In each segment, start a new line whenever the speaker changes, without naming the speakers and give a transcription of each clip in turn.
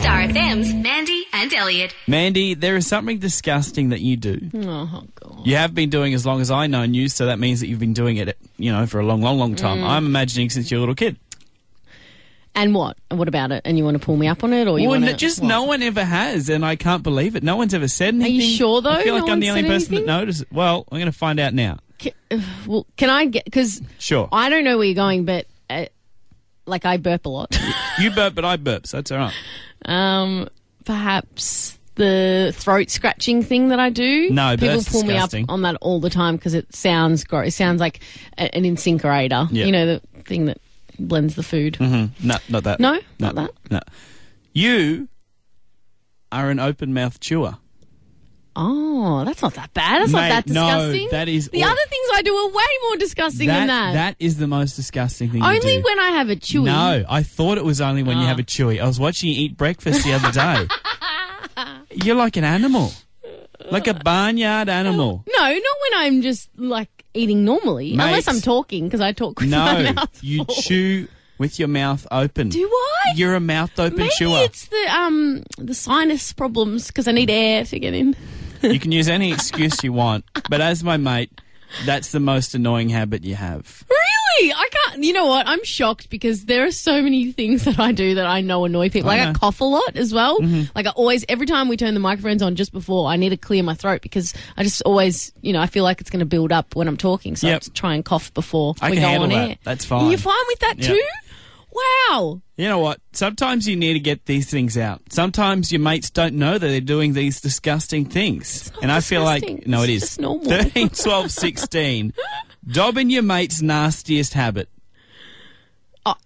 Star FM's Mandy and Elliot.
Mandy, there is something disgusting that you do.
Oh, God.
You have been doing as long as I know you, so that means that you've been doing it, you know, for a long, long, long time.
Mm.
I'm imagining since you're a little kid.
And what? What about it? And you want to pull me up on it, or you
well,
want
n- just no one ever has, and I can't believe it. No one's ever said anything.
you sure, though?
I feel like
No
I'm the
one
only
said
person that
anything?
noticed. it. Well, I'm going to find out now.
Well, can I get? Because
Sure.
I don't know where you're going, but uh, like I burp a lot.
you burp, but I burp, so that's all right.
um, perhaps the throat scratching thing that I do.
No, but
people
that's
pull
disgusting.
me up on that all the time because it sounds gross. It sounds like a- an incinerator.
Yeah. Mm-hmm.
You know the thing that blends the food.
No, not that.
No? Not that?
No. You are an open mouth chewer.
Oh, that's not that bad. That's
Mate,
not that
no,
disgusting.
that is
the
aw-
other things I do are way more disgusting than that.
that is the most disgusting thing you do.
Only when I have a chewy.
No, I thought it was only when you have a chewy. I was watching you eat breakfast the other day. You're like an animal, like a barnyard animal.
No, not when I'm just like eating normally,
Mate.
unless I'm talking because I talk with my
No,
mouth.
you
full.
chew with your mouth open.
Do I?
You're a mouth open
Maybe
chewer.
it's the um the sinus problems because I need air to get in.
You can use any excuse you want, but as my mate, that's the most annoying habit you have.
Really, I can't. You know what? I'm shocked because there are so many things that I do that I know annoy people.
I
Like I,
know. Mm-hmm.
cough a lot as well. Like I always, every time we turn the microphones on just before, I need to clear my throat because I just always, you know, I feel like it's going to build up when I'm talking. So I
Yep.
just try and cough before
I
we
can
go
handle
on
that.
air.
That's fine.
You're fine with that
Yeah.
too? Wow.
You know what? Sometimes you need to get these things out. Sometimes your mates don't know that they're doing these disgusting things.
not
and I feel like,
disgusting.
no,
It's
it is.
just normal.
13, 12, 16. Dobbing your mate's nastiest habit.
oh,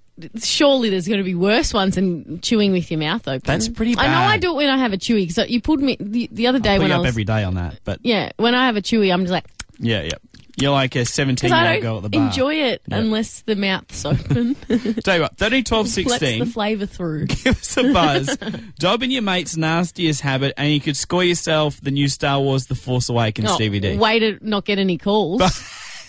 surely there's going to be worse ones than chewing with your mouth open.
That's pretty
I know I
bad.
do it when I have a chewy. So you pulled me the, the other day
Put
when
you
I
up
was
every day on that. But yeah,
yeah when I have a chewy, I'm just like
yeah. You're like a 17
because
year
I
old girl at the
don't
bar.
enjoy it
Yeah.
unless the mouth's open.
Tell you what, 13, 12,
Lets the
16.
flavour through.
Give us a buzz. Dobbing your mate's nastiest habit, and you could score yourself the new Star Wars The Force Awakens
Oh,
DVD.
Way to not get any calls.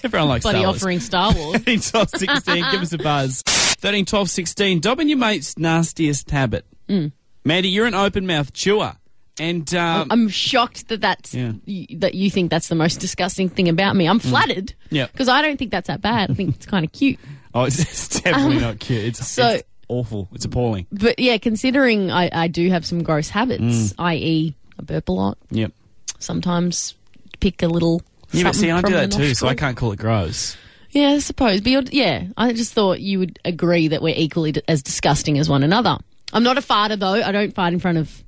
Everyone likes
Bloody
Star Wars.
offering Star Wars.
13, 12, 16. give us a buzz. 13, 12, 16. Dobbing your mate's nastiest habit.
Mm.
Mandy, you're an open mouth chewer. And um,
Oh, I'm shocked that that's
Yeah. Mm.
y- that you think that's the most disgusting thing about me. I'm flattered.
Yeah.
Because I don't think that's that bad. I think it's kind of cute.
oh, it's, it's definitely not cute. It's,
so-
it's awful. It's appalling.
But yeah, considering I, I do have some gross habits,
Mm.
i.e., I burp a lot,
Yep.
sometimes pick a little.
Yeah, but
something
see, I
from
do
the
that too, so I
nostril.
can't call it gross.
Yeah, I suppose. But you're, yeah, I just thought you would agree that we're equally d- as disgusting as one another. I'm not a farter though. I don't fart in front of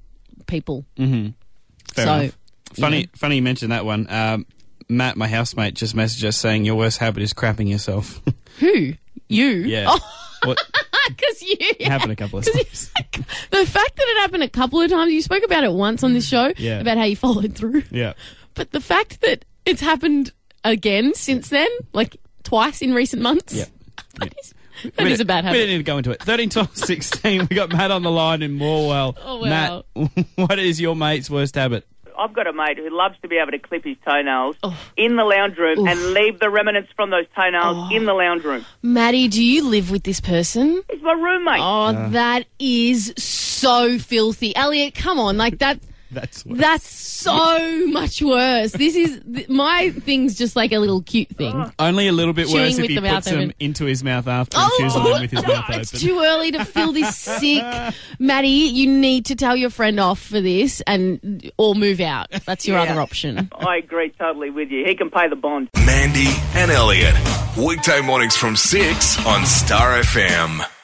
people.
Mm. Fair
So,
enough. Funny, funny you mentioned that one. Um, Matt, my housemate, just messaged us saying your worst habit is crapping yourself.
Who? You?
yeah. What
Because you.
happened a couple of
Oh. 'Cause you-
times?
the fact that it happened a couple of times, you spoke about it once on this show
Yeah.
about how you followed through.
yeah.
But the fact that it's happened again since then, like twice in recent months.
Yep.
that
Yep.
is that is a bad
We
habit.
don't need to go into it. 13, 12, 16. we got Matt on the line in Morwell.
Oh, wow.
Matt, what is your mate's worst habit?
I've got a mate who loves to be able to clip his toenails in the lounge room and leave the remnants from those toenails in the lounge room.
Maddie, do you live with this person?
He's my roommate.
Oh, that is so filthy. Elliot, come on. Like that
That's what.
that's so much worse. This is th- my thing's just like a little cute thing.
Only a little bit
Chewing
worse if
with
he
the mouth
puts them
open.
into his mouth after and chews on them with his mouth open.
Oh, it's too early to feel this sick. Maddie, you need to tell your friend off for this and or move out. That's your other option.
I agree totally with you. He can pay the bond.
Mandy and Elliot. Weekday mornings from 6 on Star FM.